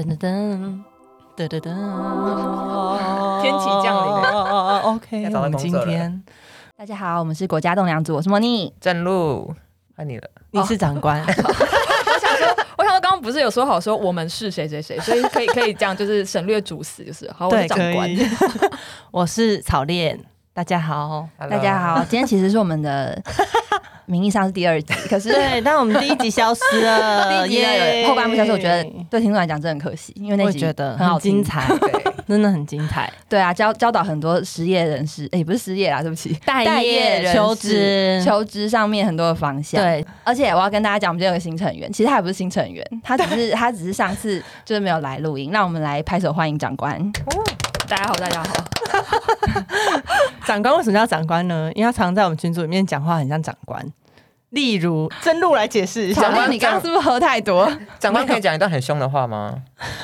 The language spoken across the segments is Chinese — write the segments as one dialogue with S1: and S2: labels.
S1: 噔噔噔噔噔噔，
S2: 天气降临
S1: 了。OK，
S2: 要找
S1: 我
S2: 到
S1: 们
S2: 工
S1: 今
S2: 作了
S1: 天
S3: 大家好，我们是国家栋梁组，我是莫妮。
S2: 正路，换你了。
S1: 你是长官，
S4: 我想说，我想说，刚刚不是有说好说我们是 谁谁谁，所以可以可以这样，就是省略主词，就是好，我是
S1: 对，
S4: 长
S1: 可
S4: 官。
S1: 以。我是草恋，大家好。
S2: Hello
S3: 大家，好，今天其实是我们的名义上是第二集，可是
S1: 对，但我们第一集消失了，
S3: 第一集呢
S1: 耶
S3: 有后半部消失，我觉得对听众来讲真的很可惜，因为
S1: 我
S3: 那
S1: 也
S3: 集
S1: 觉得
S3: 很好
S1: 很
S3: 听
S1: 精。彩，
S2: 对，
S1: 真的很精彩。
S3: 对啊，教教导很多失业人士，哎、不是失业啦，对不起，
S1: 待业
S3: 人士
S1: 求职，
S3: 求职上面很多的方向。，
S1: 对，
S3: 而且我要跟大家讲，我们今天有个新成员，其实他也不是新成员，他只是 他只是上次就是没有来录音，让我们来拍手欢迎长官。
S4: 大家好，大家好，
S1: 长官为什么叫长官呢？因为他常在我们群组里面讲话很像长官。例如，真露来解释一
S2: 长
S1: 下
S3: 小
S2: 官。
S3: 丽，你刚刚是不是喝太多？
S2: 长官可以讲一段很凶的话吗？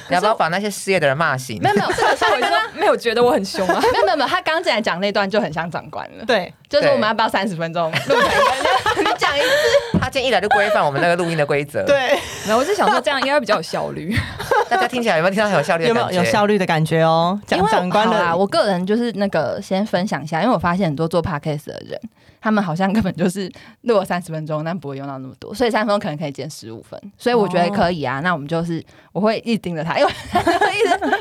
S2: 你要不要把那些失业的人骂醒
S4: 没？有没有，这个是我说没有觉得我很凶啊，
S3: 没有没有没有，他刚进来讲那段就很像长官了。
S1: 对，
S3: 就是我们要不要三十分钟录长官？ 你讲一次，
S2: 他今天一来就规范我们那个录音的规则。，
S1: 对，
S4: 没有，我是想说这样应该会比较有效率。
S2: 大家听起来有没有听到很有效率的
S1: 有没
S2: 感
S1: 有
S2: 觉？
S1: 有效率的感觉哦？讲
S3: 因为
S1: 长官
S3: 好啦，
S1: 的，
S3: 我个人就是那个先分享一下，因为我发现很多做 podcast 的人，他们好像根本就是录了三十分钟，但不会用到那么多，所以三十分钟可能可以减十五分，所以我觉得可以啊。那我们就是我会一直盯着他，因为他就会一直，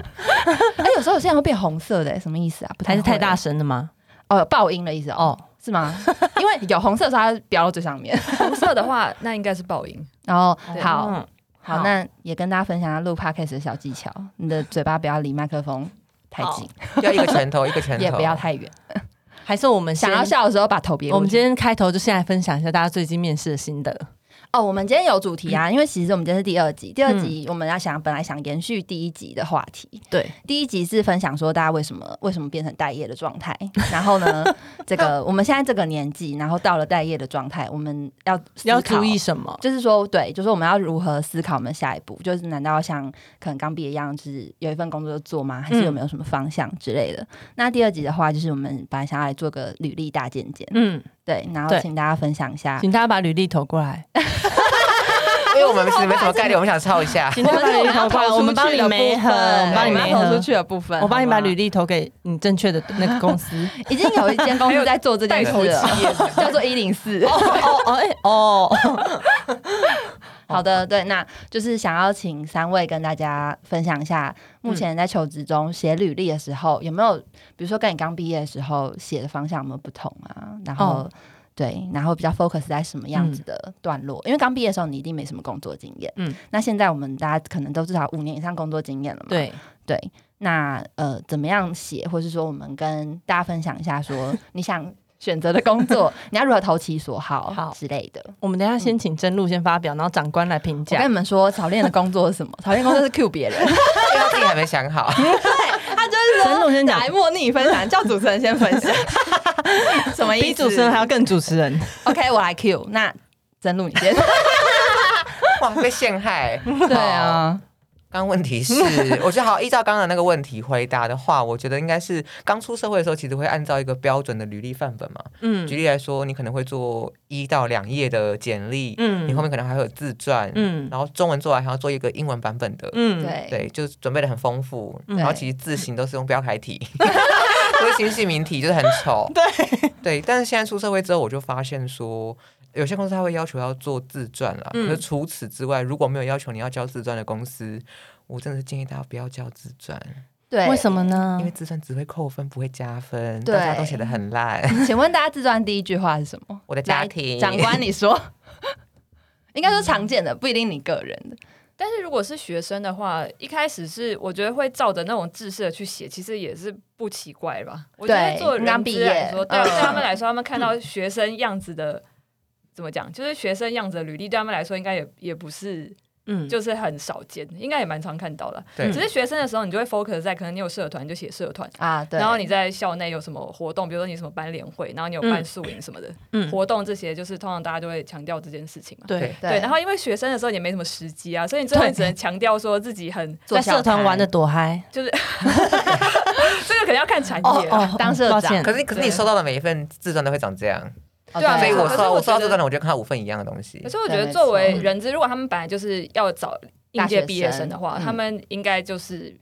S3: 哎，有时候有些人会变红色的、什么意思啊？不
S1: 还是
S3: 会
S1: 太大声了吗？
S3: 哦，爆音的意思哦。
S1: 哦，
S3: 是吗？因为有红色的时候，它飙到最上 面。
S4: 红色的话，那应该是报应。
S3: 然后
S4: 对
S3: 哦好，
S1: 嗯
S3: 好，那也跟大家分享一下录 podcast 的小技巧，你的嘴巴不要离麦克风太近，
S2: 就一个拳头一个拳头，
S3: 也不要太远。
S1: 还是我们
S3: 想要
S1: 先，
S3: 笑的时候把头别过去。
S1: 我们今天开头就先来分享一下大家最近面试的心得。
S3: 哦，我们今天有主题
S1: 嗯
S3: 啊，因为其实我们今天是第二集，第二集我们要想本来想延续第一集的话题，
S1: 对，
S3: 第一集是分享说大家为什么为什么变成待业的状态， 然后呢，这个我们现在这个年纪，然后到了待业的状态，我们要思
S1: 要
S3: 考
S1: 注意什么？
S3: 就是说，对，就是我们要如何思考我们下一步？就是难道要像可能刚毕业一样，就是有一份工作就做吗？还是有没有什么方向之类的？那第二集的话，就是我们本来想要来做个履历大鉴检，
S1: 嗯，
S3: 对，然后
S1: 对
S3: 请大家分享一下。
S1: 请大家把履历投过来，
S2: 因为我们是没什么概念，我们想抄一 下。
S1: 请
S3: 我
S1: 大家把履
S3: 们是我
S1: 历
S3: 们要
S1: 投过来，
S3: 投
S1: 我们
S3: 出
S1: 帮
S3: 去
S1: 你
S3: 的部
S1: 媒合，我
S3: 分，
S1: 们帮你
S3: 我们
S1: 媒
S3: 要投
S1: 合
S3: 出。去的部分，
S1: 我帮你把
S3: 好不好
S1: 履。历投给你正确的那个公司。
S3: 已经有一间公司在做这件
S4: 带头
S3: 事了，
S4: 企业，
S3: 叫做一零四。
S1: 哦哦哦哎哦，
S3: 好的，对，那就是想要请三位跟大家分享一下，目
S1: 嗯
S3: 前在求职中写履历的时候，有没有比如说跟你刚毕业的时候写的方向有没有不同啊？然后、
S1: 哦
S3: 对，然后比较 focus 在什么样子的段落？因为刚毕业的时候你一定没什么工作经验，
S1: 嗯
S3: 嗯，那现在我们大家可能都至少五年以上工作经验了嘛，
S1: 对，
S3: 对。那呃，怎么样写，或是说我们跟大家分享一下说 你想选择的工作，你要如何投其所好
S1: 好
S3: 之类的。
S1: 我们等一下先请真露先发表，然后长官来评
S3: 我
S1: 价
S3: 跟。你们说，早恋的工作是什么？早恋工作是 Q 别 人，
S2: 因为他自己还没想好，
S3: 他就是
S1: 真露先讲
S3: 来莫逆分享，叫主持人先分 享，什么意思？
S1: 比主持人还要更主持 人，
S3: OK，我来 Q。那真露你先。
S2: 哇，被陷害。
S3: 对啊，
S2: 刚刚问题是，我觉得好，依照刚刚的那个问题回答的话，我觉得应该是刚出社会的时候，其实会按照一个标准的履历范本嘛。
S1: 嗯
S2: 举例来说，你可能会做一到两页的简历，
S1: 嗯
S2: 你后面可能还会有自传，
S1: 嗯
S2: 然后中文做完还要做一个英文版本的，
S1: 嗯，
S3: 对
S2: 对，就是准备的很丰富。
S1: 嗯
S2: 然后其实字形都是用标楷体， 不是新细明体，就是很丑。
S1: 对，
S2: 对，但是现在出社会之后，我就发现说。有些公司他会要求要做自传啦，
S1: 嗯
S2: 可是除此之外，如果没有要求你要交自传的公司，我真的是建议大家不要交自传，
S1: 嗯
S3: 对，
S1: 为什么？呢
S2: 因为？自传只会扣分不会加分，
S3: 对
S2: 大家都写的很烂。
S3: 请问大家自传第一句话是什 么？
S2: 我的家庭
S3: 来长官，你说。 应该说常见的，不一定你个人的。
S4: 但是如果是学生的话，一开始是我觉得会照着那种制式的去写，其实也是不奇怪吧。我觉得
S3: 对
S4: 做人
S3: 刚
S4: 资
S3: 毕业
S4: 来说，对
S3: 嗯
S4: 对他们来说，他们看到学生样子的。怎么讲？就是学生样子的履历，对他们来说应该也也不是，
S1: 嗯，
S4: 就是很少见，应该也蛮常看到的。
S2: 对
S3: 嗯
S4: 只是学生的时候，你就会 focus 在可能你有社团你就写社团，
S3: 啊，对，
S4: 然后你在校内有什么活动，比如说你什么班联会，然后你有办宿营什么的、
S1: 嗯
S4: 活动，这些就是通常大家就会强调这件事情嘛。
S1: 对，
S4: 对，然后因为学生的时候也没什么时机啊，所以你最后
S1: 对
S4: 只能强调说自己很
S3: 做
S1: 在
S3: 小
S1: 社团玩的多嗨
S4: 就是这个可能要看产业啊、
S3: 哦当社
S1: 抱
S3: 长
S1: 歉
S2: 可是可是你
S4: 对
S2: 收到的每一份自传都会长这样，
S3: 哦
S4: 对啊
S2: 所以我
S4: 可是
S2: 收到
S4: 我
S2: 我收到
S4: 觉得
S2: 自传的，我就看到五份一样的东西
S4: 可。是我
S3: 对
S4: 觉得
S3: 没
S4: 作为
S3: 错
S4: 人资，如果他们本来就是要找应届毕业
S3: 大学生
S4: 生的话，
S3: 嗯
S4: 他们应该就是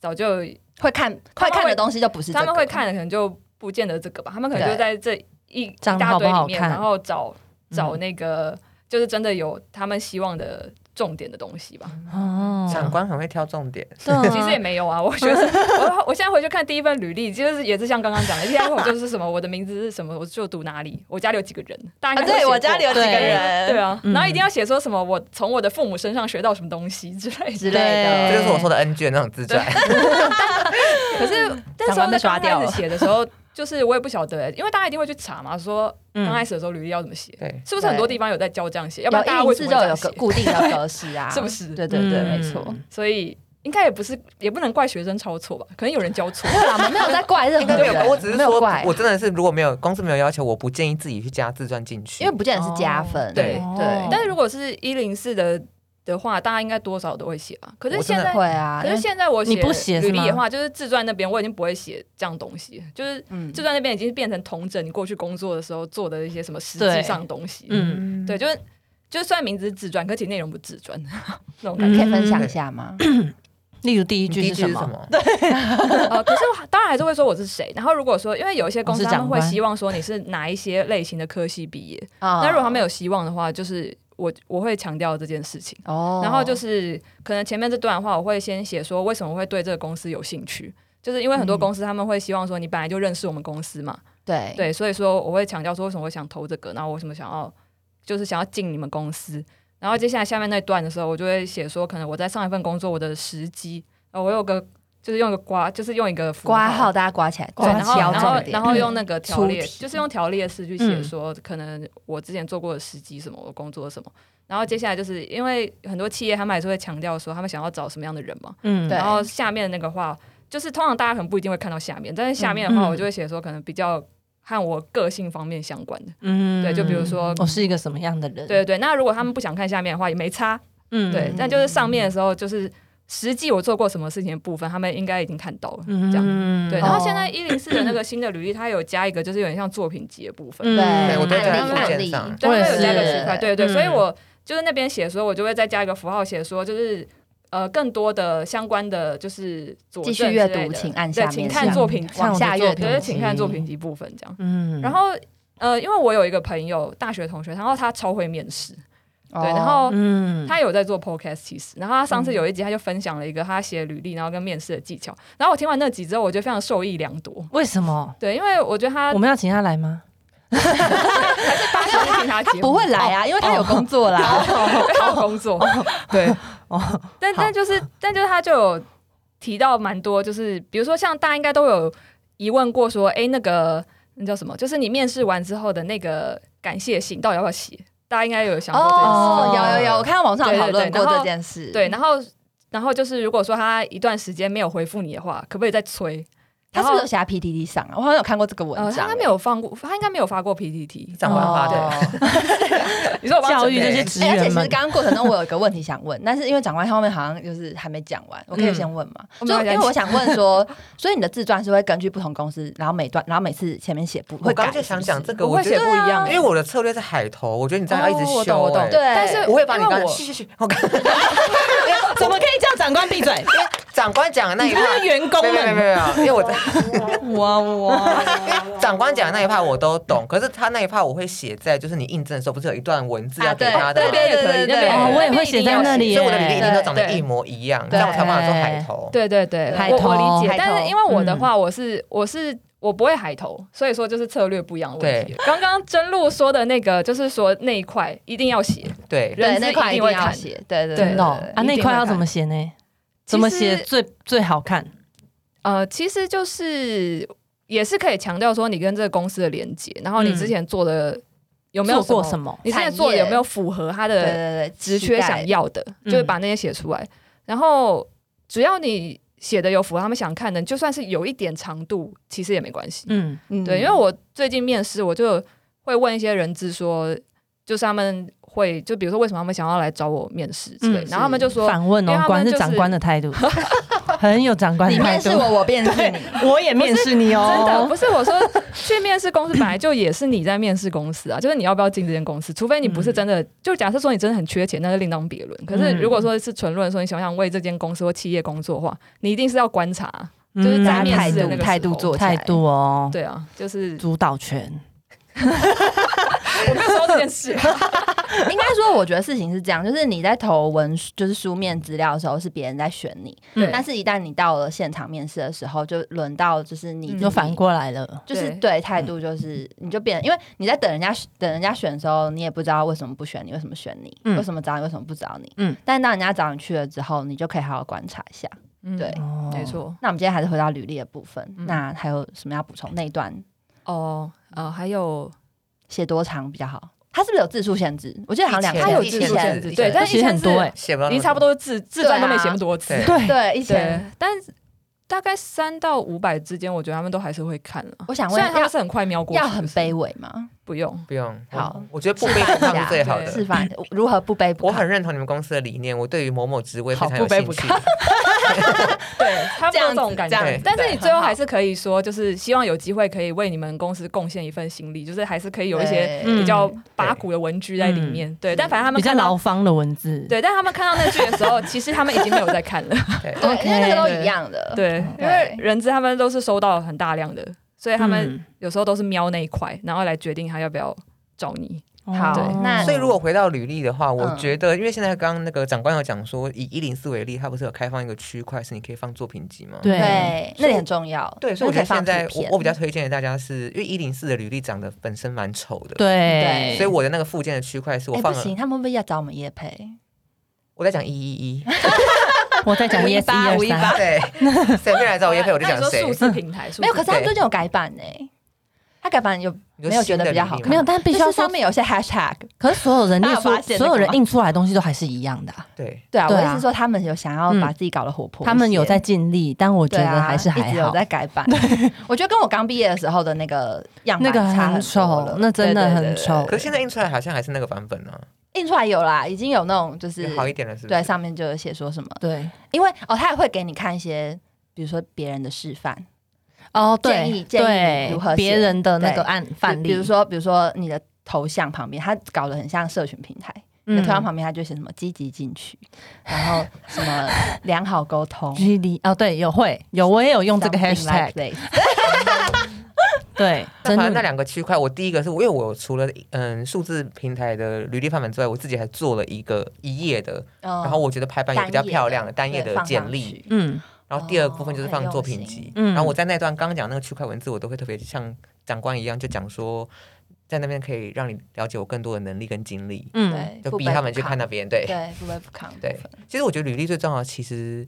S4: 早就
S3: 会看
S4: 他
S3: 会
S4: 们
S3: 看
S4: 会
S3: 的东西就不是、这
S4: 他们会
S3: 个
S4: 看的可能就不见得这个吧，他们可能
S3: 对
S4: 就在这一一
S1: 长得
S4: 大堆
S1: 好不
S4: 里
S1: 好
S4: 面，
S1: 看
S4: 然后找找那个、就是真的有他们希望的重点的东西吧。
S1: 哦
S2: 长官很会挑重点，
S1: 对
S3: 哦
S1: 啊
S4: 其实也没有啊，我觉得是我我现在回去看第一份履历，就是也是像刚刚讲的，一开始我就是什么，我的名字是什么，我就读哪里，我家里有几个人，大家
S3: 啊，
S4: 应该都
S3: 对
S4: 写
S3: 我家
S4: 过
S3: 里有几个
S1: 对
S3: 人，
S4: 对啊，
S1: 嗯
S4: 然后一定要写说什么我从我的父母身上学到什么东西之类的。
S3: 之类的，
S2: 这
S1: 对
S2: 就是我说的 NG 的那种自传。
S3: 嗯
S4: 可是那时
S3: 长官
S4: 候
S3: 被
S4: 在
S3: 刷
S4: 刚
S3: 掉
S4: 开
S3: 了
S4: 始写的时候，就是我也不晓得、欸因为大家一定会去查嘛，说
S3: 嗯
S4: 刚开始的时候履历要怎么写，
S2: 对，
S4: 是不是很多
S3: 对
S4: 地方有在教这样写？要不
S3: 有
S4: 然大家为
S3: 一次
S4: 什么
S3: 就
S4: 会这
S3: 有
S4: 样
S3: 个
S4: 写？
S3: 固定的格式 啊，
S4: 是不是
S3: 对对对，
S1: 嗯
S3: 没错。
S4: 所以应该也不是，也不能怪学生抄错吧？可能有人 教错。
S3: 对啦，我们啊没有在怪任
S2: 应
S3: 何
S2: 该没有吧，
S3: 人，
S2: 啊我只是
S3: 没有
S2: 说
S3: 怪，
S2: 我真的是如果没有公司没有要求，我不建议自己去加自传进去，
S3: 因为不见得是加分，
S4: 哦对
S1: 对
S4: 但是如果是一零四的的话，大家应该多少都会写吧？可是
S2: 我真
S4: 现
S2: 的
S4: 在，
S3: 会啊，
S4: 可
S3: 因
S4: 是
S3: 为
S4: 现在我
S1: 你不写是
S4: 履
S1: 吗
S4: 历的话，就是自传那边我已经不会写这样东西，就是
S3: 嗯
S4: 自传那边已经变成同整你过去工作的时候做的一些什么实际
S1: 对
S4: 上的东西。
S1: 嗯
S2: 嗯，
S4: 对，就是就是虽然名字是自传，可其实内容不自传那种感
S3: 嗯
S4: 觉。
S3: 可以分享一下吗？
S4: 嗯
S1: 例如第一
S2: 你
S1: 句
S2: 第一
S1: 是
S2: 句
S1: 什
S2: 是
S1: 么
S2: 什？么？
S4: 呃，可是我当然还是会说我是谁。然后如果说，因为有一些公司
S1: 我是
S4: 他
S1: 长
S4: 们
S1: 官
S4: 会希望说你是哪一些类型的科系毕业，
S3: 啊
S4: 那如果他们有希望的话，就是我我会强调这件事情。
S3: 哦，
S4: 然后就是可能前面这段的话，我会先写说为什么会对这个公司有兴趣。就是因为很多
S3: 嗯
S4: 公司他们会希望说你本来就认识我们公司嘛，
S3: 对
S4: 对，所以说我会强调说为什么我想投这个，然后我为什么想要就是想要进你们公司。然后接下来下面那段的时候，我就会写说可能我在上一份工作我的时机，呃，我有个就是用一个刮，就是用一个符
S3: 挂号大家挂起来，
S1: 哦
S4: 对，然后
S3: 敲
S4: 然后
S3: 重点
S4: 然后用那个条
S3: 出
S1: 嗯
S4: 列，
S3: 题
S4: 就是用条列式去写说，可能我之前做过的时机什么，我工作什么。然后接下来就是因为很多企业他们还是会强调说，他们想要找什么样的人嘛。
S1: 嗯
S3: 对
S4: 然后下面那个话，就是通常大家可能不一定会看到下面，但是下面
S1: 嗯
S4: 的话，
S1: 嗯
S4: 我就会写说，可能比较和我个性方面相关的。
S1: 嗯
S4: 对，就比如说，
S1: 我是一个什么样的人？
S4: 对对，对。那如果他们不想看下面的话，也没差。
S1: 嗯
S4: 对，但就是上面的时候，就是实际我做过什么事情的部分，他们应该已经看到了。
S1: 嗯
S4: 这样
S1: 样
S4: 对，然
S3: 哦
S4: 后现在一零四的那个新的履历，它有加一个，就是有点像作品集的部分，
S1: 嗯
S2: 对，
S3: 对，
S2: 我都在
S3: 案例
S2: 附
S3: 案
S2: 件
S3: 例
S2: 上。
S4: 对，
S1: 我也
S4: 它有加一个
S1: 是
S4: 区块，对对，
S1: 嗯
S4: 所以我就是那边写说，我就会再加一个符号写说，就是呃更多的相关的就是佐
S3: 继
S4: 证
S3: 续阅
S4: 之类
S3: 读，
S4: 的
S3: 请按下
S4: 对，
S3: 面
S4: 请
S3: 这
S4: 看
S3: 样
S4: 作品集，嗯
S1: 看
S3: 往
S1: 我的
S3: 下
S1: 作
S3: 阅
S1: 品
S3: 读
S4: 对，
S1: 集
S4: 请看作品集部分这样。
S1: 嗯
S4: 然后呃，因为我有一个朋友大学同学，然后他超会面试，
S3: 对
S4: 对，然后
S1: 嗯
S4: 他有在做 podcast，其实，然后他上次有一集他就分享了一个他写履历然后跟面试的技巧，然后我听完那集之后，我觉得非常受益良多。
S1: 为什么
S4: 对，因为我觉得他
S1: 我们要请他来吗？
S4: 八小时请他
S3: 他
S4: 哦节目
S3: 不会，来啊，因为他有工作啦，
S4: 因为他有工作。
S1: 哦
S4: 对，但但就是但就是他就有提到蛮多，就是比如说像大家应该都有疑问过说，哎，那个那叫什么？就是你面试完之后的那个感谢信到底要不要写？大家应该有想过这件事。
S3: 哦，
S1: 哦
S3: 有有有，我看到网上有讨论
S4: 对对对
S3: 过
S4: 然后
S3: 这件事，
S4: 对，然后然后就是如果说他一段时间没有回复你的话，可不可以再催？
S3: 他
S4: 然
S3: 是
S4: 后
S3: 不是有写在 PDD 上啊？我好像有看过这个文
S4: 呃，他
S3: 章欸
S4: 应该，没有哦发过，他应该没有发过 PPT。
S2: 长官
S3: 哦
S2: 发的，
S3: 的。
S4: 你说我帮他
S1: 教育
S4: 准
S1: 这
S4: 备
S1: 些职
S3: 哎而且
S1: 员
S3: 其
S1: 们
S3: 实刚刚过程中我有一个问题想问， 但是因为长官后面好像就是还没讲完，我可以先问嘛？所
S4: 嗯
S3: 以
S4: 没关系
S3: 因为我想问说，所以你的自传是会根据不同公司，然后每段，然后每次前面写不
S2: 我
S3: 会
S2: 刚
S3: 改，
S2: 刚就想
S3: 是不是
S2: 讲这个，
S4: 我
S2: 我
S4: 会
S2: 觉
S4: 写
S2: 得
S4: 不一样
S2: 因为
S4: 欸，
S2: 我的策略是海投，我觉得你这样要一直
S4: 哦我懂
S2: 修
S4: 我懂
S2: 欸，
S3: 对，
S4: 但是
S2: 我会把你刚
S4: 因为我
S2: 去去去，我刚
S1: 怎么可以叫长官 闭嘴？
S2: 长官讲的那一
S1: 你这
S2: 趴
S1: 是，员工
S2: 没有没有没
S1: 们，
S2: 有，没有因为我在
S1: 哇哇！
S2: 长官讲的那一趴我都懂，可是他那一趴我会写在就是你印证的时候，不是有一段文字要给他的
S3: 对
S2: 吗？
S3: 对对对对，
S1: 哦我也会写在那里耶
S2: 所以我的履历一定都长得
S4: 对
S2: 一模一样，这
S3: 对
S2: 样我才把它做海投。
S4: 对对对，
S3: 海
S4: 我
S1: 投
S4: 我理解
S3: 海，
S4: 但
S3: 投
S4: 是因为我的
S1: 嗯
S4: 话，我是我是我不会海投，所以说就是策略不一样的问题。刚刚真露说的那个，就是说那一块一定要写，
S2: 对
S4: 人
S3: 对
S4: 是
S3: 那块
S4: 一
S3: 一定
S4: 定会
S3: 要
S4: 看
S3: 写，对对
S4: 对
S1: 真的
S3: 对
S1: 哦
S3: 对
S1: 啊，
S4: 一定
S1: 那一块
S4: 会
S1: 要
S4: 看
S1: 怎么写呢？
S4: 其实
S1: 怎么写最最好看？
S4: 呃，其实就是也是可以强调说你跟这个公司的连接，然后你
S1: 嗯
S4: 之前做的有没有
S1: 做过
S4: 什
S1: 什
S4: 么？
S1: 么？
S4: 你之前做的
S3: 产业
S4: 有没有符合他
S3: 对对
S4: 的
S3: 对，
S4: 职
S3: 期
S4: 缺
S3: 待
S4: 想要的，
S1: 嗯
S4: 就是把那些写出来。然后只要你写的有符合他们想看的，就算是有一点长度，其实也没关系。
S1: 嗯
S3: 嗯
S4: 对，因为我最近面试，我就会问一些人资说，就是他们会就比如说为什么他们想要来找我面试之类的，
S1: 嗯
S4: 然后他们就说，
S1: 反问
S4: 因为
S1: 哦，
S4: 他们
S1: 果然是
S4: 就是
S1: 长官的态度。 很有长官
S3: 你
S1: 态
S3: 面试
S1: 度。
S3: 我，我面试你。
S1: 我也面试你哦，
S4: 真的不是我说，去面试公司本来就也是你在面试公司啊，就是你要不要进这间公司，除非你
S3: 嗯
S4: 不是真的，就假设说你真的很缺钱，那是另当别论。可是如果说是纯论说你想不想为这间公司或企业工作的话，你一定是要观察，
S1: 嗯
S4: 就是在
S3: 加
S4: 面
S3: 态
S4: 试的那
S3: 度，
S4: 个时候
S3: 态度做起来
S1: 态度哦，
S4: 对啊，就是
S1: 主导权。
S4: 我没有说到这件事啊，
S3: 应该说，我觉得事情是这样，就是你在投文就是书面资料的时候是别人在选你，
S4: 对
S3: 但是一旦你到了现场面试的时候，就轮到就是你就
S4: 嗯
S1: 就
S3: 反
S1: 反
S3: 过，
S1: 过嗯来了，
S3: 就是
S4: 对
S3: 对态度就是你就变，因为你在等人家等人家选的时候，你也不知道为什么不选你，为什么选你，
S1: 嗯
S3: 为什么找你，为什么不找你。
S1: 嗯
S3: 嗯，但当人家找你去了之后，你就可以好好观察一下。
S4: 嗯
S3: 对
S1: 哦
S4: 没错。
S3: 那我们今天还是回到履历的部分，
S4: 嗯
S3: 那还有什么要补充？那一段
S4: 哦，呃，还有
S3: 写多长比较好？它是不是有字数限制？我记得好像两
S2: 一
S4: 它
S2: 千
S4: 有
S2: 一
S4: 字
S2: 千
S4: 数限
S2: 字
S4: 制，
S2: 一
S4: 对，
S2: 千
S4: 但
S1: 而
S4: 是一
S1: 且
S4: 千
S1: 很
S4: 字
S1: 多哎，
S2: 写不到那么多，
S4: 已经差不多字字段都没写那么多次，
S2: 对
S1: 对，
S3: 对一
S4: 啊对
S3: 千。，
S4: 但大概三到五百之间，我觉得他们都还是会看了。
S3: 我想
S4: 虽
S3: 问
S4: 然他
S3: 要
S4: 们是很快瞄过去，
S3: 要很
S4: 可是
S3: 卑微吗？
S4: 不用，
S2: 不用。
S3: 好
S2: 我，我觉得不卑不亢是最好
S4: 对
S2: 的
S3: 示。范如何不卑不亢？
S2: 我很认同你们公司的理念，我对于某某职位非
S4: 好
S2: 常
S4: 不
S2: 有
S4: 卑
S2: 兴
S4: 不
S2: 趣。
S4: 对，他们都有这种感
S3: 这
S2: 样
S4: 觉
S2: 子。
S4: 但是你最后还
S3: 是
S4: 是可以说，就是希望有机会可以为你们公司贡献一份心力，就是还是可以有一些
S1: 嗯
S4: 比较八股的文具在里面。对，但反正他们
S1: 比较
S4: 看到
S1: 牢方的文字，
S4: 对，但他们看到那句的时候，其实他们已经没有在看了。
S3: 对，因为那个
S1: OK
S3: 都一样的。，
S4: 对，因为人资他们都是收到很大量的，所以他们有时候都是瞄那一块，然后来决定他要不要找你。
S1: 嗯
S3: 好
S1: 哦
S3: 那
S2: 所以如果回到履历的话，我
S3: 嗯
S2: 觉得，因为现在刚刚那个长官有讲说，以一零四为例，它不是有开放一个区块是你可以放作品集吗？
S1: 对
S3: 对，那里很重要。
S2: 对，所以我觉得现在
S3: 那可以放图
S2: 我
S3: 片
S2: 我比较推荐给大家是，因为一零四的履历长得本身蛮丑的，，
S1: 对，
S2: 所以我的那个附件的区块是我
S3: 哎，
S2: 放
S3: 不
S2: 了，
S3: 行，他们会不会要找我们叶培？
S2: 我在讲一一一，
S1: 我在讲 yes
S3: 518
S1: 一二三，
S2: 对，谁没来找我叶配我就讲
S4: 那你
S2: 谁
S4: 说数，字平台，数字
S3: 没有，可是他
S2: 对
S3: 最近有改版呢。他改版有
S2: 你说
S3: 没有觉得比较好
S2: 新的履
S3: 看？
S2: 历
S1: 没有
S2: 吗
S1: 但必须要
S3: 就是上
S1: 说
S3: 面有一些 hashtag。
S1: 可是所有人
S3: 大
S1: 印
S3: 家有发
S1: 出
S3: 现
S1: 所
S3: 那
S1: 有
S3: 个吗
S1: 人印出来的东西都还是一样的啊，
S2: 对，
S3: 对啊，
S1: 对
S3: 我
S1: 啊
S3: 意思是说他们有想要
S1: 嗯
S3: 把自己搞得活泼一些，
S1: 他们有在尽力，但我觉
S3: 对啊，
S1: 得还是还
S3: 一直有
S1: 好。
S3: 在改版。我觉得跟我刚毕业的时候的那个样
S1: 那
S3: 板
S1: 个
S3: 差
S1: 很
S3: 很多了
S1: 丑，那真的
S3: 对对对
S1: 很
S3: 对
S1: 丑。
S2: 可是现在印出来好像还是那个版本呢，
S3: 印出来有啦，已经有那种就是
S2: 有好一点了，是不
S3: 对
S2: 是？
S3: 上面就有写说什么，
S1: 对，
S3: 因为哦，他也会给你看一些，比如说别人的示范，
S1: 哦，
S3: 建
S1: 对
S3: 议建议如何
S1: 对，
S3: 写
S1: 别人的那个案范例，。
S3: 比比如说比如说你的头像旁边，他搞得很像社群平台，你的头像旁边他就写什么积极进取，然后什么良好沟通
S1: G D 哦，对，有会有，我也有 用这个
S3: something like
S1: hashtag，
S3: this
S1: 对，
S2: 那
S1: 真
S2: 反正
S1: 的
S2: 那两个区块，我第一个是因为我除了嗯数字平台的履历范本之外，我自己还做了一个一页的，
S3: 嗯
S2: 然后我觉得排版也比较漂亮的单页的简，
S3: 对放上
S2: 历，
S3: 去
S1: 嗯
S2: 然后第二部分就是放作品集
S3: 哦，
S1: 很用心
S2: 然后我在那段刚刚讲那个区块文字，我都会特别像长官一样，就讲说在那边可以让你了解我更多的能力跟经历，
S1: 嗯，
S3: 对，
S2: 就
S3: 不
S2: 逼
S3: 卑
S2: 他
S3: 不
S2: 们去
S3: 亢
S2: 看那边。对，
S3: 对，不卑不亢的
S2: 对
S3: 部分，
S2: 其实我觉得履历最重要的其实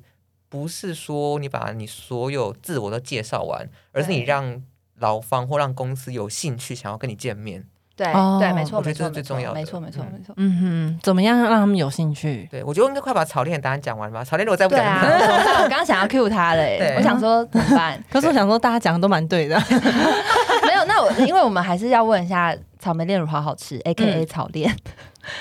S2: 不是说你把你所有自我都介绍完，而是你
S3: 对
S2: 让劳方或让公司有兴趣想要跟你见面。
S3: 对
S1: 哦
S3: 对，没错，
S2: 我觉得
S3: 没
S2: 这
S3: 错，
S2: 是最重要的
S3: 没错，没错，
S2: 嗯
S3: 没错。
S1: 嗯哼，怎么样让他们有兴趣？
S2: 对我觉得我应该快把草练的答案讲完吧。草练如果再不
S3: 对
S2: 讲，
S3: 啊，我想到我刚想要 cue 他嘞
S2: 对，
S3: 我想说怎么办？
S1: 可是我想说，大家讲的都蛮对的，
S3: 没有，那我因为我们还是要问一下草莓炼乳好好吃，A K A 草炼。
S1: 嗯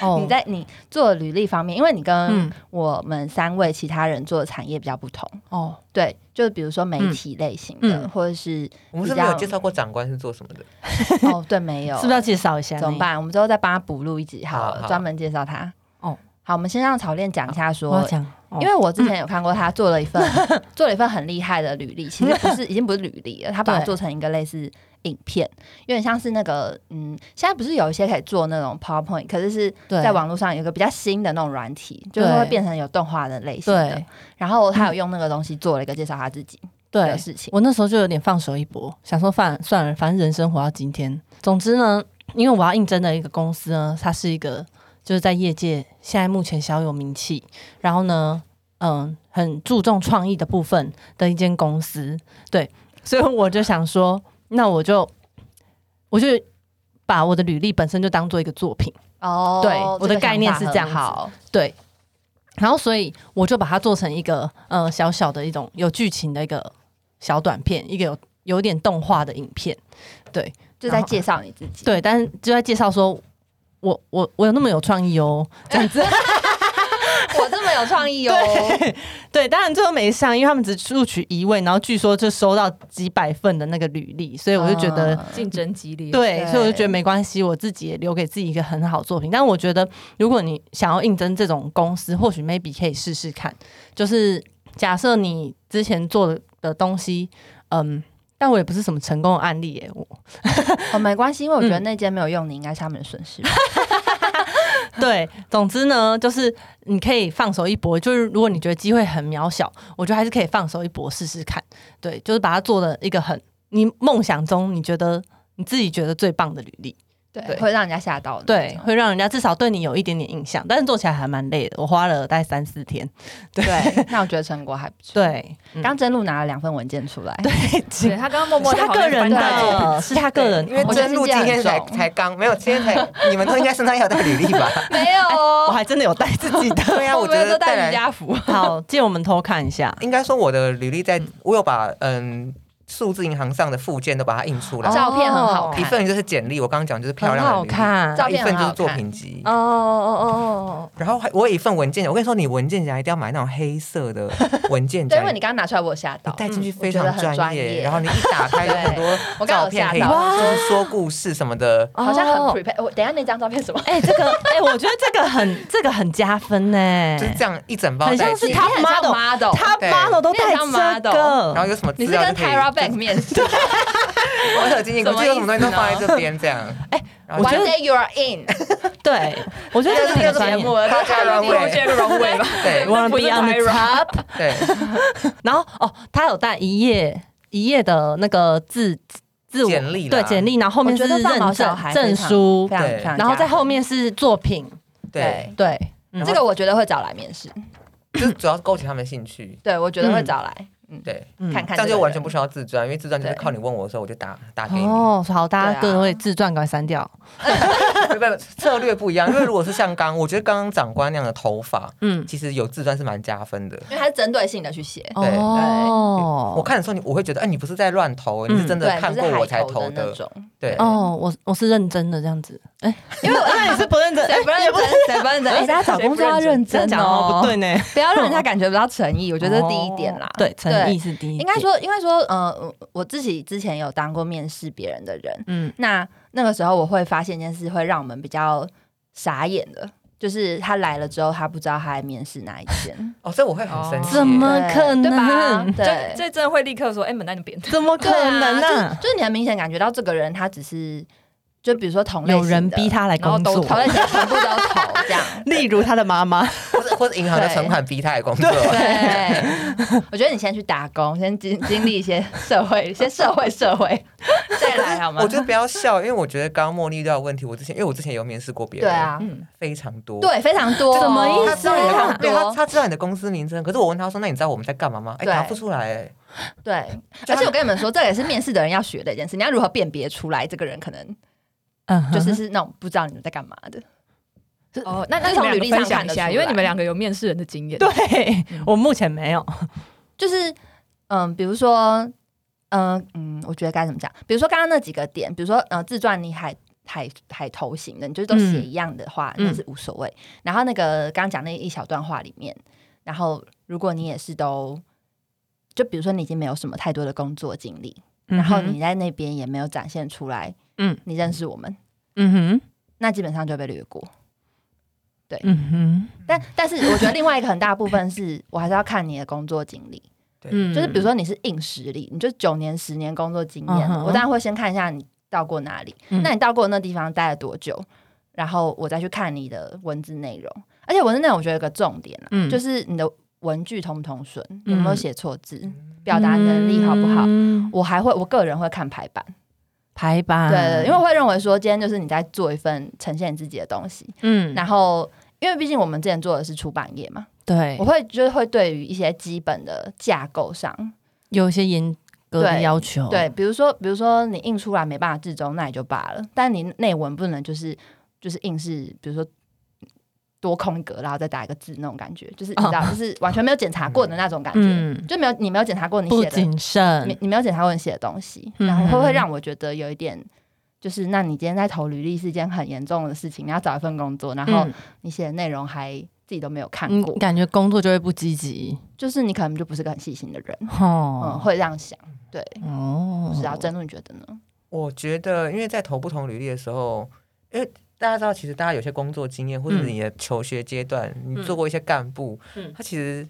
S1: 哦
S3: 你在你做履历方面，因为你跟
S1: 嗯
S3: 我们三位其他人做的产业比较不同，
S1: 哦，
S3: 对，就比如说媒体类型的，
S1: 嗯嗯
S3: 或者 是
S2: 我们是没有介绍过长官是做什么的。
S3: 哦，对，没有，
S1: 是不是要介绍一下？
S3: 怎么？办？我们之后再帮他补录一集好
S2: 好
S3: 了，
S2: 好
S3: 专门介绍他。
S1: 哦，
S3: 好，我们先让草炼讲一下
S1: 我
S3: 说
S1: 要。讲，哦
S3: 因为我之前有看过他做了 一份，做了一份很厉害的履历，其实不是，已经不是履历 了，他把它
S1: 对
S3: 做成一个类似影片，有点像是那个，嗯，现在不是有一些可以做那种 PowerPoint，可是是
S1: 对
S3: 在网络上有一个比较新的那种软体，就是
S1: 对
S3: 会变成有动画的类型的
S1: 对。
S3: 然后他有用那个东西做了一个介绍他自己
S1: 对
S3: 的，事情。
S1: 我那时候就有点放手一搏，想说算算了，反正人生活到今天。总之呢，因为我要应征的一个公司呢，它是一个就是在业界现在目前小有名气，然后呢，嗯，很注重创意的部分的一间公司。对，所以我就想说，那我就我就把我的履历本身就当做一个作品。
S3: 哦
S1: 对
S3: 这个
S1: 我的概念是这样
S3: 想法很好，
S1: 对，然后所以我就把它做成一个呃小小的一种有剧情的一个小短片，一个有有点动画的影片，
S3: 就在介绍你自己。
S1: 对，但是就在介绍说我我我有那么有创意哦，这样子，
S3: 我哇，这么有创意哦！
S1: 对，当然最后没上，因为他们只录取一位，然后据说就收到几百份的那个履历，所以我就觉得。
S3: 嗯
S4: 竞争激烈。
S1: 啊对，
S3: 对
S1: 所以我就觉得没关系，我自己也留给自己一个很好作品。但我觉得，如果你想要应征这种公司，或许 maybe 可以试试看。就是假设你之前做的的东西，嗯，但我也不是什么成功的案例耶。我
S3: 哦，没关系，因为我
S1: 嗯
S3: 觉得那间没有用，你应该是他们的损失吧。
S1: 对，总之呢，就是你可以放手一搏。就是如果你觉得机会很渺小，我觉得还是可以放手一搏试试看。对，就是把它做的一个很你梦想中你觉得你自己觉得最棒的履历，
S3: 对，会让人家吓到的那
S1: 对，
S3: 种。
S1: 会让人家至少对你有一点点印象。但是做起来还蛮累的，我花了大概三四天。
S3: 对，那我觉得成果还不错。，
S1: 对，嗯
S3: 刚真露拿了两份文件出来，
S4: 对 他刚刚默默
S1: 是
S4: 地
S1: 他
S4: 跑
S1: 个
S4: 去
S1: 人
S4: 翻大街
S1: 的，哦是他个人的，
S2: 因为
S3: 我觉得
S2: 真露
S3: 是这
S2: 今
S3: 样
S2: 天才
S3: 很重
S2: 才刚没有，今天才你们都应该身上要带履历吧？
S3: 没有
S1: 我
S3: 哦，
S1: 还真的有带自己的。
S2: 对啊，我觉
S3: 们
S2: 得
S3: 都
S2: 带
S3: 带
S2: 来
S3: 瑜伽服。
S1: 好，借我们偷看一下。
S2: 应该说我的履历在，我有把嗯数字银行上的附件都把它印出来，
S3: 哦 照片很好看
S2: 一份就是简历，我刚刚讲就是漂
S1: 很
S2: 亮的
S1: 好
S2: 履历
S1: 看，
S3: 照
S2: 一
S3: 片很
S2: 份就
S3: 好
S2: 是
S3: 看
S2: 作品集。
S3: 哦哦哦哦，
S2: 然后还我有一份文件夹，我跟你说，你文件夹一定要买那种黑色 的文件
S3: 对，
S2: 夹
S3: 因为，你刚刚拿出来，我有吓
S2: 你
S3: 到。
S2: 带进去
S3: 嗯
S2: 非
S3: 我觉得
S2: 常
S3: 很
S2: 专
S3: 专
S2: 业。
S3: 业
S2: 然后你一打 开有很多
S3: 我刚刚
S2: 照
S3: 有
S2: 片
S3: 吓
S2: 可以，就
S3: 到，
S2: 是说故事什么的。
S3: 好像
S1: 哦
S3: 很 prepare。我等一下那张照片什么？
S1: 哎、这个哎、我觉得这个很这个很加分呢、
S2: 就是这样一整包
S1: 很
S2: 带
S1: 像是
S2: 进去，
S1: 他
S3: 哎你很像
S1: model
S3: model
S1: 他
S2: 对
S1: model 都带
S3: 你很像
S1: 这个，
S2: 然后有什么资
S3: 你是
S2: 料
S3: 跟
S2: 就可以
S3: Tyra Bank 面试
S2: 我有经验过，
S3: 什么
S2: 就有什么东西都
S3: 意思呢
S2: 放在这边这样。 哎，
S1: 我觉
S3: ，One
S1: 得
S3: day you are in。
S1: 对，我觉得这个
S2: 这
S1: 很
S2: 个
S1: 专
S3: 节
S1: 业
S3: 目。了，
S2: 大家 runway
S4: 这个嗯 runway 吧，
S2: 对
S1: 我 wanna
S4: 不
S1: be
S4: 是
S1: on the
S4: Tyra
S1: top。
S2: 对，
S1: 然后哦，他有带一页一页的那个字字我
S2: 简历啦
S1: 对简历，然后后面是
S3: 我觉得
S1: 认
S3: 放毛
S1: 证
S3: 小孩
S1: 证
S3: 非常
S1: 书
S3: 非，常
S2: 对
S3: 非常
S1: 然后在
S3: 加分
S1: 后面是作品。
S2: 对，
S1: 对，嗯
S3: 这个我觉得会找来面试，
S2: 就是主要是勾起他们兴趣。
S3: 对我觉得会找来，嗯，
S2: 对，
S1: 嗯
S3: 看看
S2: 这样
S3: 这个
S2: 就完
S3: 人
S2: 全不需要自传，因为自传就是
S3: 对
S2: 靠你问我的时候，我就打打给你。
S1: 哦，好，大家
S3: 对啊
S1: 各位自传赶快删掉。
S2: 不不，不策略不一样，因为如果是像刚，我觉得刚刚长官那样的头发，
S1: 嗯，
S2: 其实有自传是蛮加分的。
S3: 因为它是针对性的去写，
S2: 对对
S1: 哦，
S2: 我看的时候，你我会觉得，哎，你不是在乱投，
S1: 嗯
S2: 你是真的
S3: 对，
S2: 看
S3: 不
S2: 过
S3: 是
S2: 我
S3: 海
S2: 才
S3: 投
S2: 投
S3: 的那
S2: 的。
S3: 种，
S2: 对，
S1: 哦，我我是认真的这样子，哎、
S3: 因为我
S1: 那你是不认 真哦
S3: 谁不认真，哎谁不认真？哎，大家找工作要认
S1: 这样
S3: 真
S1: 讲
S3: 哦，
S1: 哦，不对，呢。
S3: 不要让人家感觉不到诚意，我
S1: 我
S3: 觉得这是第一点啦。
S1: 哦对，诚意
S3: 对
S1: 是第一，
S3: 应该，说，应该说，呃，我自己之前有当过面试别人的人，
S1: 嗯，
S3: 那那个时候我会发现一件事，会让我们比较傻眼的，就是他来了之后，他不知道他在面试哪一 间，
S2: 哦，这我会很生气。
S1: 怎么可能
S3: 对 吧？
S4: 这
S3: 对，
S4: 这真的会立刻说，哎，门在 那边。
S1: 怎么可能
S3: 对
S1: 呢、
S3: 啊就？就是你很明显感觉到这个人他只是，就比如说同类型
S1: 有
S3: 的
S1: 人逼，他来工
S4: 然后
S1: 作
S4: 都，
S3: 同类型的全部都投这样。
S1: 例如他的妈妈，
S2: 或者或者银行的存款逼他来工作，
S3: 对， 我觉得你先去打工，先经经历一些社会，先社会社会， 再来好吗？
S2: 我觉得不要笑，因为我觉得刚刚茉莉遇到的问题，我之前因为我之前有面试过别
S3: 对
S2: 人，，
S3: 啊，
S2: 非常多，
S3: 对，非常多，
S1: 什么意思
S2: 他
S1: 啊
S2: 知道你
S3: 非
S2: 的
S3: 常
S2: 公，对他
S3: 多，
S2: 他知道你的公司名称，可是我问他说，那你知道我们在干嘛吗？哎，
S3: 对
S2: 答不出来，哎
S3: 对。而且我跟你们说，这也是面试的人要学的一件事，你要如何辨别出来这个人可能
S1: 嗯，
S3: 就是是那种不知道你们在干嘛的。
S4: 哦，那那
S3: 就从
S4: 你们
S3: 履历上
S4: 两个分享
S3: 看
S4: 一
S3: 得
S4: 下，
S3: 出
S4: 因为
S3: 来
S4: 你们两个有面试人的经验。
S1: 对我目前没有，
S3: 就是嗯，比如说，嗯嗯，我觉得该怎么讲？比如说刚刚那几个点，比如说呃，自传你海海海投型的，你就是都写
S1: 嗯
S3: 一样的话，
S1: 嗯
S3: 那是无所谓。然后那个刚刚讲那一小段话里面，然后如果你也是都，就比如说你已经没有什么太多的工作经历，然后你，在那边也没有展现出来，
S1: 嗯
S3: 你认识我们，
S1: 嗯哼，
S3: 那基本上就被略过。
S1: 嗯哼，
S3: 但但是我觉得另外一个很大部分是我还是要看你的工作经历。
S1: 嗯
S3: 就是比如，说你是硬实力，你就九年、十年工作经验
S1: 嗯哼
S3: 我当然会先看一下你到过哪里，
S1: 嗯
S3: 那你到过那地方待了多久，然后我再去看你的文字内容。而且文字内容我觉得有个重点啊，
S1: 嗯
S3: 就是你的文句通不通顺，
S1: 嗯
S3: 有没有写错字，表达能力好不好。
S1: 嗯
S3: 我还会，我个人会看排版，
S1: 排版，
S3: 对对，对因为我会认为说，今天就是你在做一份呈现你自己的东西，
S1: 嗯，
S3: 然后因为毕竟我们之前做的是出版业嘛，
S1: 对
S3: 我，会就是会对于一些基本的架构上，
S1: 有一些严格的
S3: 对
S1: 要求，
S3: 对，，比如说，比如说你印出来没办法置中，那也就罢了，但你内文不能就是就是硬是，比如说多空格，然后再打一个字那种感觉，就是你知道，就是完全没有检查过的那种感觉，
S1: 哦嗯，
S3: 就没有你没有检查过你
S1: 不
S3: 写的，
S1: 谨慎
S3: 你，你没有检查过你写的东西，然后
S1: 嗯哼
S3: 会不会让我觉得有一点。就是，那你今天在投履历是一件很严重的事情，你要找一份工作，然后
S1: 嗯
S3: 你写的内容还自己都没有看
S1: 嗯
S3: 过，，
S1: 感觉工作就会不积极，
S3: 就是你可能就不是个很细心的人，嗯，
S1: 哦，
S3: 会这样想。对，
S1: 哦
S3: 不知道真的你觉得呢？
S2: 我觉得，因为在投不同履历的时候，因为大家知道，其实大家有些工作经验，或者
S1: 嗯
S2: 你的求学阶段，
S1: 嗯
S2: 你做过一些干部，
S1: 嗯
S2: 他其实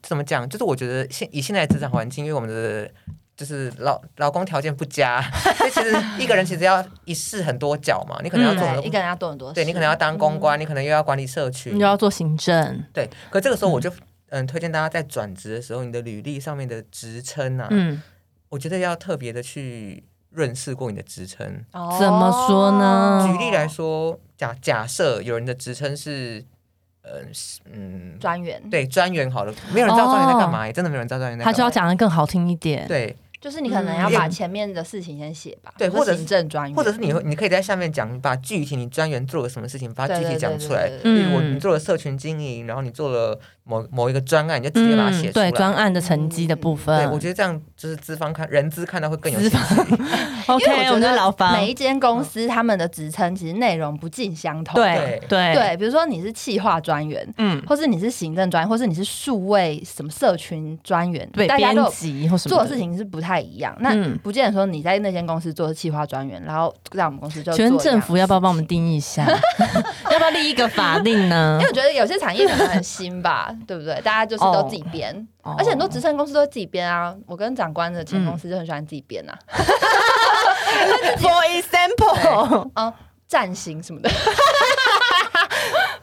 S2: 怎么讲？就是我觉得现以现在的职场环境，因为我们的就是劳劳工条件不佳，所以其实一个人其实要一试很多脚嘛，你可能要做很
S3: 嗯对，
S2: 多
S3: 一个人要多很多事，
S2: 对你可能要当公关，你可能又要管理社
S1: 你
S2: 群
S1: 就，要做行政，
S2: 对。可这个时候我就嗯推荐大家在转职的时候，你的履历上面的职称啊，
S1: 嗯，
S2: 我觉得要特别的去润饰过你的职称。
S3: 哦
S1: 怎么说呢
S2: 举例来，说，假假设有人的职称是，呃，是嗯，
S3: 专哦员，，
S2: 对，专员好了，没有人知道专员在干嘛、真的没有人知道专员在
S1: 他
S2: 干嘛。
S1: 就要讲的更好听一点，
S2: 对，
S3: 就是你可能要把前面的事情先写吧，
S2: 嗯对或者是
S3: 行政专员，嗯
S2: 或者是你会，你可以在下面讲，你把具体你专员做了什么事情，把它
S3: 对
S2: 具体讲出来。，
S3: 对对对对
S2: 例如我，
S1: 嗯
S2: 你做了社群经营，然后你做了某某一个专案，你就直接把它
S1: 嗯
S2: 写，出来。
S1: 对，专案的成绩的部
S2: 对
S3: 嗯
S1: 分，
S2: 我觉得这样就是资方看人资看到会更有
S1: 资
S2: 信
S1: 方
S2: 心。
S3: 因为
S1: OK，
S3: 我
S1: 们
S3: 觉
S1: 是劳
S3: 得
S1: 方，
S3: 每一间公司他们的职称其实内容不尽相同，
S1: 对对，
S3: 对，比如说你是企划专员。
S1: 嗯，
S3: 或是你是行政专员，或是你是数位什么社群专员，
S1: 对，
S3: 大家都
S1: 编
S3: 有
S1: 辑或什么
S3: 做的事，情是不太一样。那
S1: 嗯
S3: 不见得说你在那间公司做的企划专员，然后在我们公司就
S1: 请问
S3: 做一样
S1: 政府要不要帮我们
S3: 事情？
S1: 定义一 下？ 要不要立一个法令呢
S3: 因为？我觉得有些产业可能很新吧，对不对？大家就是都自己编，
S1: 哦
S3: 而且很多职称公司都会自己编啊。我跟长官的前公司就很喜欢自己编啊，
S1: For example，
S3: 战型什么的。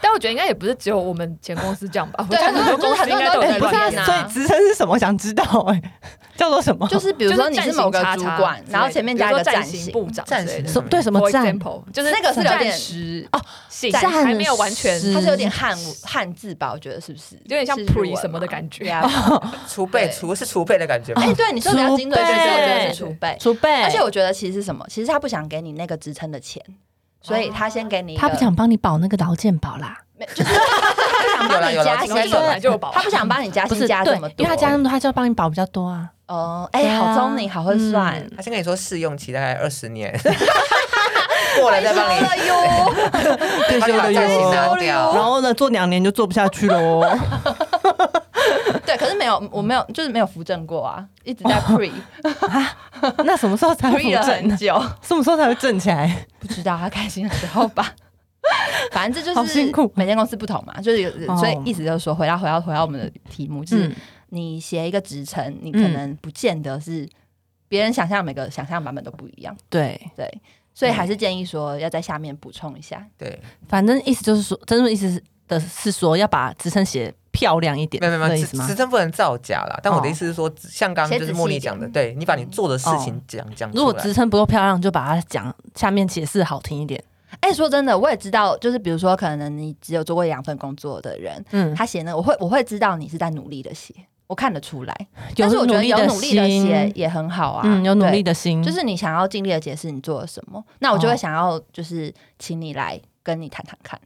S4: 但我觉得应该也不是只有我们前公司这样吧，我
S3: 对
S4: 看很多公司应该都有在
S3: 很多
S1: 不
S4: 乱
S1: 是啊，
S3: 对啊
S1: 所以职称是什么？想知道哎，叫做什么？
S3: 就是比如说你是某个主
S4: 就是
S3: 管
S4: 战，型
S3: 然后前面加一
S4: 比
S3: 个
S4: 如说
S3: 战
S4: 战型
S3: 型，
S4: 部长
S2: 战
S4: 之类
S2: 型
S4: 的。
S1: 什对什么
S4: For
S1: 站
S4: example，就是
S3: 那个是有点
S4: 暂时
S1: 哦，
S4: 醒
S1: 暂
S4: 还没有完全
S1: 时
S3: 它是有点汉汉字吧？我觉得是不是有
S4: 点像 pre 什么的感觉哦
S2: 储备
S3: 对
S2: 储是储备的感觉吗？
S3: 啊哎，对，你说比较精准，
S1: 储
S3: 对
S1: 备
S3: 对，我觉得是储备。
S1: 储备，
S3: 而且我觉得其实是什么，其实他不想给你那个职称的钱，所以他先给你一个
S1: 他不想帮你保那个劳健保啦。
S3: 没就是 啊他不想帮你
S2: 有啦有啦
S3: 加
S2: 这
S3: 薪哎
S2: 个
S4: 本来就有保
S3: 他不想帮你加
S1: 不是
S3: 薪加
S1: 对
S3: 这么，
S1: 因为
S3: 多，
S1: 他加那么多，他就要帮你保比较多啊。
S3: 哦，哎、
S1: 对啊
S3: 好聪明，好会算，
S1: 嗯
S2: 他先跟你说试用期大概二十年，过了再帮你
S3: 哎呦，
S1: 退
S2: 他就把战型拿掉。
S1: 后呢，做两年就做不下去了哦。
S3: 对，可是没有，
S1: 嗯
S3: 我没有，就是没有扶正过啊，一直在 pre
S1: 那什么时候才
S3: pre
S1: 会
S3: 了
S1: 哦正
S3: 很
S1: 呢？
S3: 久，
S1: 什么时候才会正起来？
S3: 不知道他开心的时候吧。 反正这就
S1: 好
S3: 是
S1: 辛苦
S3: 每间公司不同嘛，就是有，
S1: 哦
S3: 所以一直就说回到回到回到我们的题目，就是
S1: 嗯，
S3: 你写一个职称，你可能不见得是别人想象每个想象版本都不一样，
S1: 对，
S3: 对，
S1: 嗯
S3: 所以还是建议说要在下面补充一下，
S2: 对，
S1: 反正意思就是说，真正意思是的是说要把职称写漂亮一点，
S2: 没有没有
S1: 这
S2: 没
S1: 个
S2: 有，
S1: 意
S2: 职
S1: 思吗
S2: 职？称不能造假啦。但我的意思是说，像刚刚
S3: 写
S2: 就
S3: 仔
S2: 是
S3: 细
S2: 茉莉
S3: 一点
S2: 讲的，对你把你做的事情讲讲
S1: 如果
S2: 出来
S1: 职。称不够漂亮，就把它讲下面解释好听一点。
S3: 哎、说真的，我也知道，就是比如说，可能你只有做过两份工作的人，
S1: 嗯，
S3: 他写那个我会我会知道你是在努力的写，我看得出来。但
S1: 有
S3: 是我觉得有努力的写
S1: 心，
S3: 也很好啊，
S1: 嗯，有努力
S3: 的，
S1: 的心，
S3: 就是你想要尽力的解释你做了什么，那我就
S1: 哦
S3: 会想要就是请你来跟你谈谈看，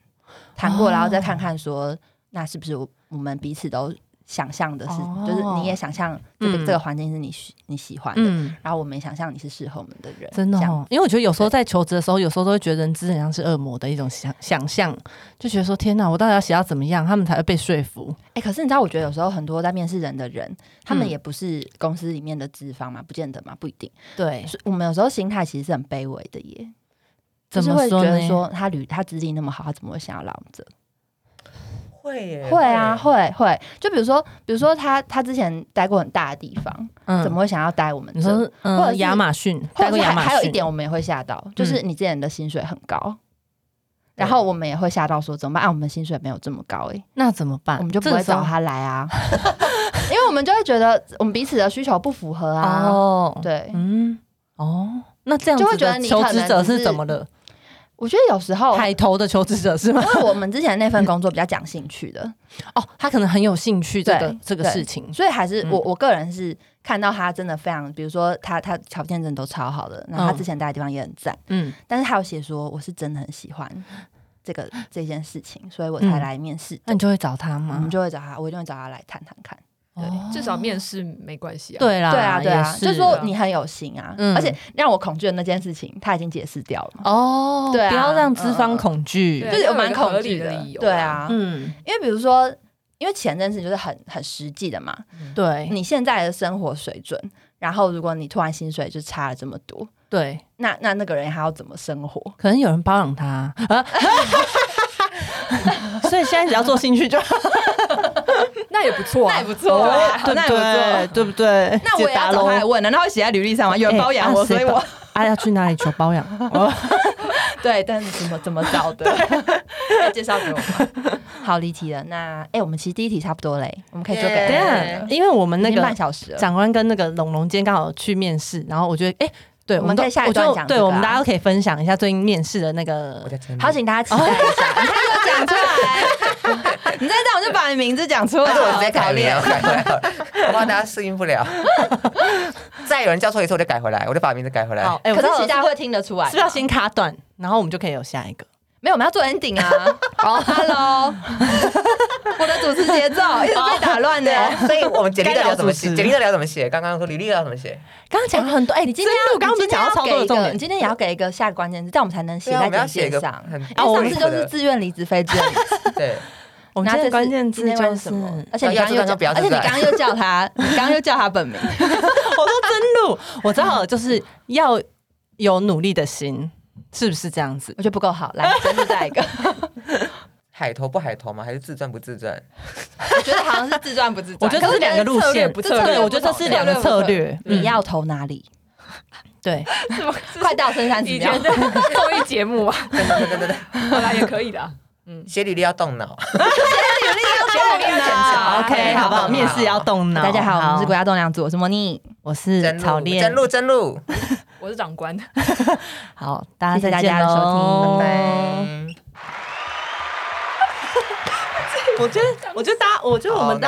S3: 谈
S1: 哦
S3: 过然后再看看说，那是不是我我们彼此都想象的是，
S1: 哦
S3: 就是你也想象这个、
S1: 嗯
S3: 这个环境是你喜你喜欢的，
S1: 嗯。
S3: 然后我们也想象你是适合我们的人，
S1: 真的
S3: 这样
S1: 哦，因为我觉得有时候在求职的时候，有时候都会觉得人资很像是恶魔的一种想想象，就觉得说天哪，我到底要写到怎么样，他们才会被说服？
S3: 哎、可是你知道，我觉得有时候很多在面试人的人，他们
S1: 嗯
S3: 也不是公司里面的资方嘛，不见得嘛，不一定。
S1: 对，
S3: 所以我们有时候心态其实是很卑微的耶，就
S1: 怎
S3: 是
S1: 么
S3: 会觉
S1: 说
S3: 得
S1: 呢？
S3: 说他履他资历那么好，他怎么会想要让这？
S2: 会耶
S3: 会啊，，会会。就比如说，比如说他他之前待过很大的地方，
S1: 嗯
S3: 怎么会想要待我们
S1: 你
S3: 这？
S1: 说
S3: 或者
S1: 嗯，
S3: 是
S1: 亚马逊，
S3: 或
S1: 带
S3: 者
S1: 过
S3: 是
S1: 亚
S3: 还
S1: 马逊，嗯
S3: 还有一点我们也会吓到，就是你之前的薪水很高。然后我们也会吓到说怎么办啊？我们薪水没有这么高哎、
S1: 那怎么办？
S3: 我们就不
S1: 啊这
S3: 会
S1: 个时候
S3: 找他来啊， 因为我们就会觉得我们彼此的需求不符合啊。
S1: 哦，
S3: 对，
S1: 嗯，哦，那这样子
S3: 就会觉得
S1: 的
S3: 你
S1: 求
S3: 可
S1: 职
S3: 能
S1: 者
S3: 只
S1: 是
S3: 是哦
S1: 怎么了？
S3: 我觉得有时候，
S1: 海
S3: 因
S1: 投的求职者 是吗？
S3: 为我们之前那份工作比较讲兴趣的，
S1: 哦，他可能很有兴趣这个
S3: 对
S1: 这个
S3: 对
S1: 事情，
S3: 所以还是
S1: 嗯
S3: 我我个人是看到他真的非常，比如说他他条件真的都超好的，
S4: 嗯
S3: 然后他之前待的地方也很赞，
S1: 嗯，
S3: 但是他有写说我是真的很喜欢这个
S4: 嗯
S3: 这件事情，所以我才来面试的。
S1: 那你就会找他
S3: 我
S1: 吗哦
S3: 们？就会找他，我一定会找他来谈谈看。
S4: 对，至少面试没关系啊。，
S1: 对啦，
S3: 对啊，对啊，
S1: 也是
S3: 就说你很有心啊，
S1: 嗯
S3: 而且让我恐惧的那件事情，他已经解释掉了，
S1: 哦，
S3: 对啊
S1: 不要让资方恐惧
S4: 嗯嗯嗯，
S3: 就是
S4: 要有
S3: 蛮
S4: 一个合
S3: 恐
S4: 理
S3: 惧
S4: 的
S3: 的
S4: 理由啊
S3: 对啊，
S1: 嗯，
S3: 因为比如说，因为钱这件事情就是很很实际的嘛，
S1: 对
S3: 嗯你现在的生活水准，然后如果你突然薪水就差了这么多，
S1: 对，
S3: 那那那个人还要怎么生活？
S1: 可能有人包养他啊， 所以现在只要做兴趣就好，
S4: 那也不错啊，
S3: 不错啊
S1: 对
S3: 那
S1: 不
S3: 也不
S1: 对？
S3: 错。
S1: 对不对？
S3: 那我也要
S1: 解答
S3: 找
S1: 咯
S3: 他来问啊，那会写在履历上吗？有人包养我，
S1: 哎啊
S3: 所以
S1: 谁
S3: 我
S1: 包啊要去哪里求 包养？哦
S3: 对，但是怎么怎么找的？ 要介绍给我吗？ 好，离题了。那哎、我们其实第一题差不多嘞，我们可以做给
S1: 等一下，啊因为我们那
S3: 已经半
S1: 个
S3: 小时了。
S1: 长官跟那个龙龙今天刚好去面试，然后我觉得哎。对，
S3: 我
S1: 我
S3: 们
S1: 们都
S3: 可以下一
S1: 我
S3: 段
S1: 就
S3: 讲这
S1: 对，
S3: 个啊
S1: 我们大家都可以分享一下最近面试的那个
S2: 我在整理
S3: 好，请大家期待一下。你看，我讲出来， 你再这样我就把你名字讲出来。
S2: 但是我直接改
S3: 讨
S2: 名，
S3: 厌
S2: 我改回来了， 我怕大家适应不了。 再有人叫错一次，我就改回来，我就把名字改回来。
S1: 好，哎，我
S3: 可
S1: 知
S3: 是
S1: 道
S3: 其实大
S1: 是
S3: 家会听得出来
S1: 不
S3: 吗，
S1: 是要先卡断，然后我们就可以有下一个？
S3: 没有，我们要做 ending 啊！哦，Hello，我的主持节奏一直被打乱呢。
S2: 哦所以我们简历到底要怎么写？
S1: 该聊主持
S2: 简历到底要怎么写？刚刚说履历要怎么写？
S1: 刚刚讲了很多，哎，
S3: 你
S1: 你
S3: 今天要
S1: 我刚刚不
S3: 你
S1: 是
S3: 今天
S1: 讲到超多
S3: 要给
S1: 的
S3: 一个
S1: 重点
S3: 你，今天也要给一个下个关键字，但我们才能写
S2: 对啊，我
S3: 在
S2: 们要
S3: 简
S2: 写一
S3: 介
S2: 个
S3: 上。
S2: 很
S1: 啊
S3: 因
S1: 我
S3: 为
S1: 们
S3: 上次就是自愿离职非自 愿离职，
S2: 对，
S1: 我们
S3: 然
S1: 今天的
S3: 后这次
S1: 关键
S3: 今
S1: 字
S3: 天
S1: 就
S3: 问什
S1: 是，
S3: 么而且你
S2: 要
S3: 刚刚
S2: 要
S3: 又
S2: 不要
S3: 而且你
S2: 就在
S3: 刚刚又叫他，你刚刚又叫他本名，
S1: 我说真路，我知道了，就是要有努力的心，是不是这样子？
S3: 我觉得不够好。来，再下一个，
S2: 海投不海投吗？还是自传不自传？
S3: 我觉得好啊像是自传不自传，
S1: 我觉得这是两个路
S4: 策略
S1: 线，
S4: 不
S1: 对
S4: 策略
S1: 对，我觉得这是两个策略。
S3: 你
S1: 嗯
S3: 要投哪里？
S1: 对，
S4: 什么这是
S3: 快到深山寺
S4: 以
S3: 庙
S4: 前。的综艺节目啊，
S2: 对对对对对，
S4: 好啦，也可以的啊。
S2: 写履历要动脑。
S4: 力要检查
S1: OK，好不好？
S2: 好
S1: 面试要动脑。
S3: 大家好，我们是国家栋梁组，我是莫妮，
S1: 我是
S2: 真
S1: 草
S2: 录，
S1: 练。
S2: 真录，真录，
S4: 我是长官，
S1: 好，大
S3: 谢谢
S1: 家再见
S3: 大家的收听
S1: 喽
S3: 拜拜
S2: 嗯。
S1: 我觉得，我觉得大家，我觉得我们大家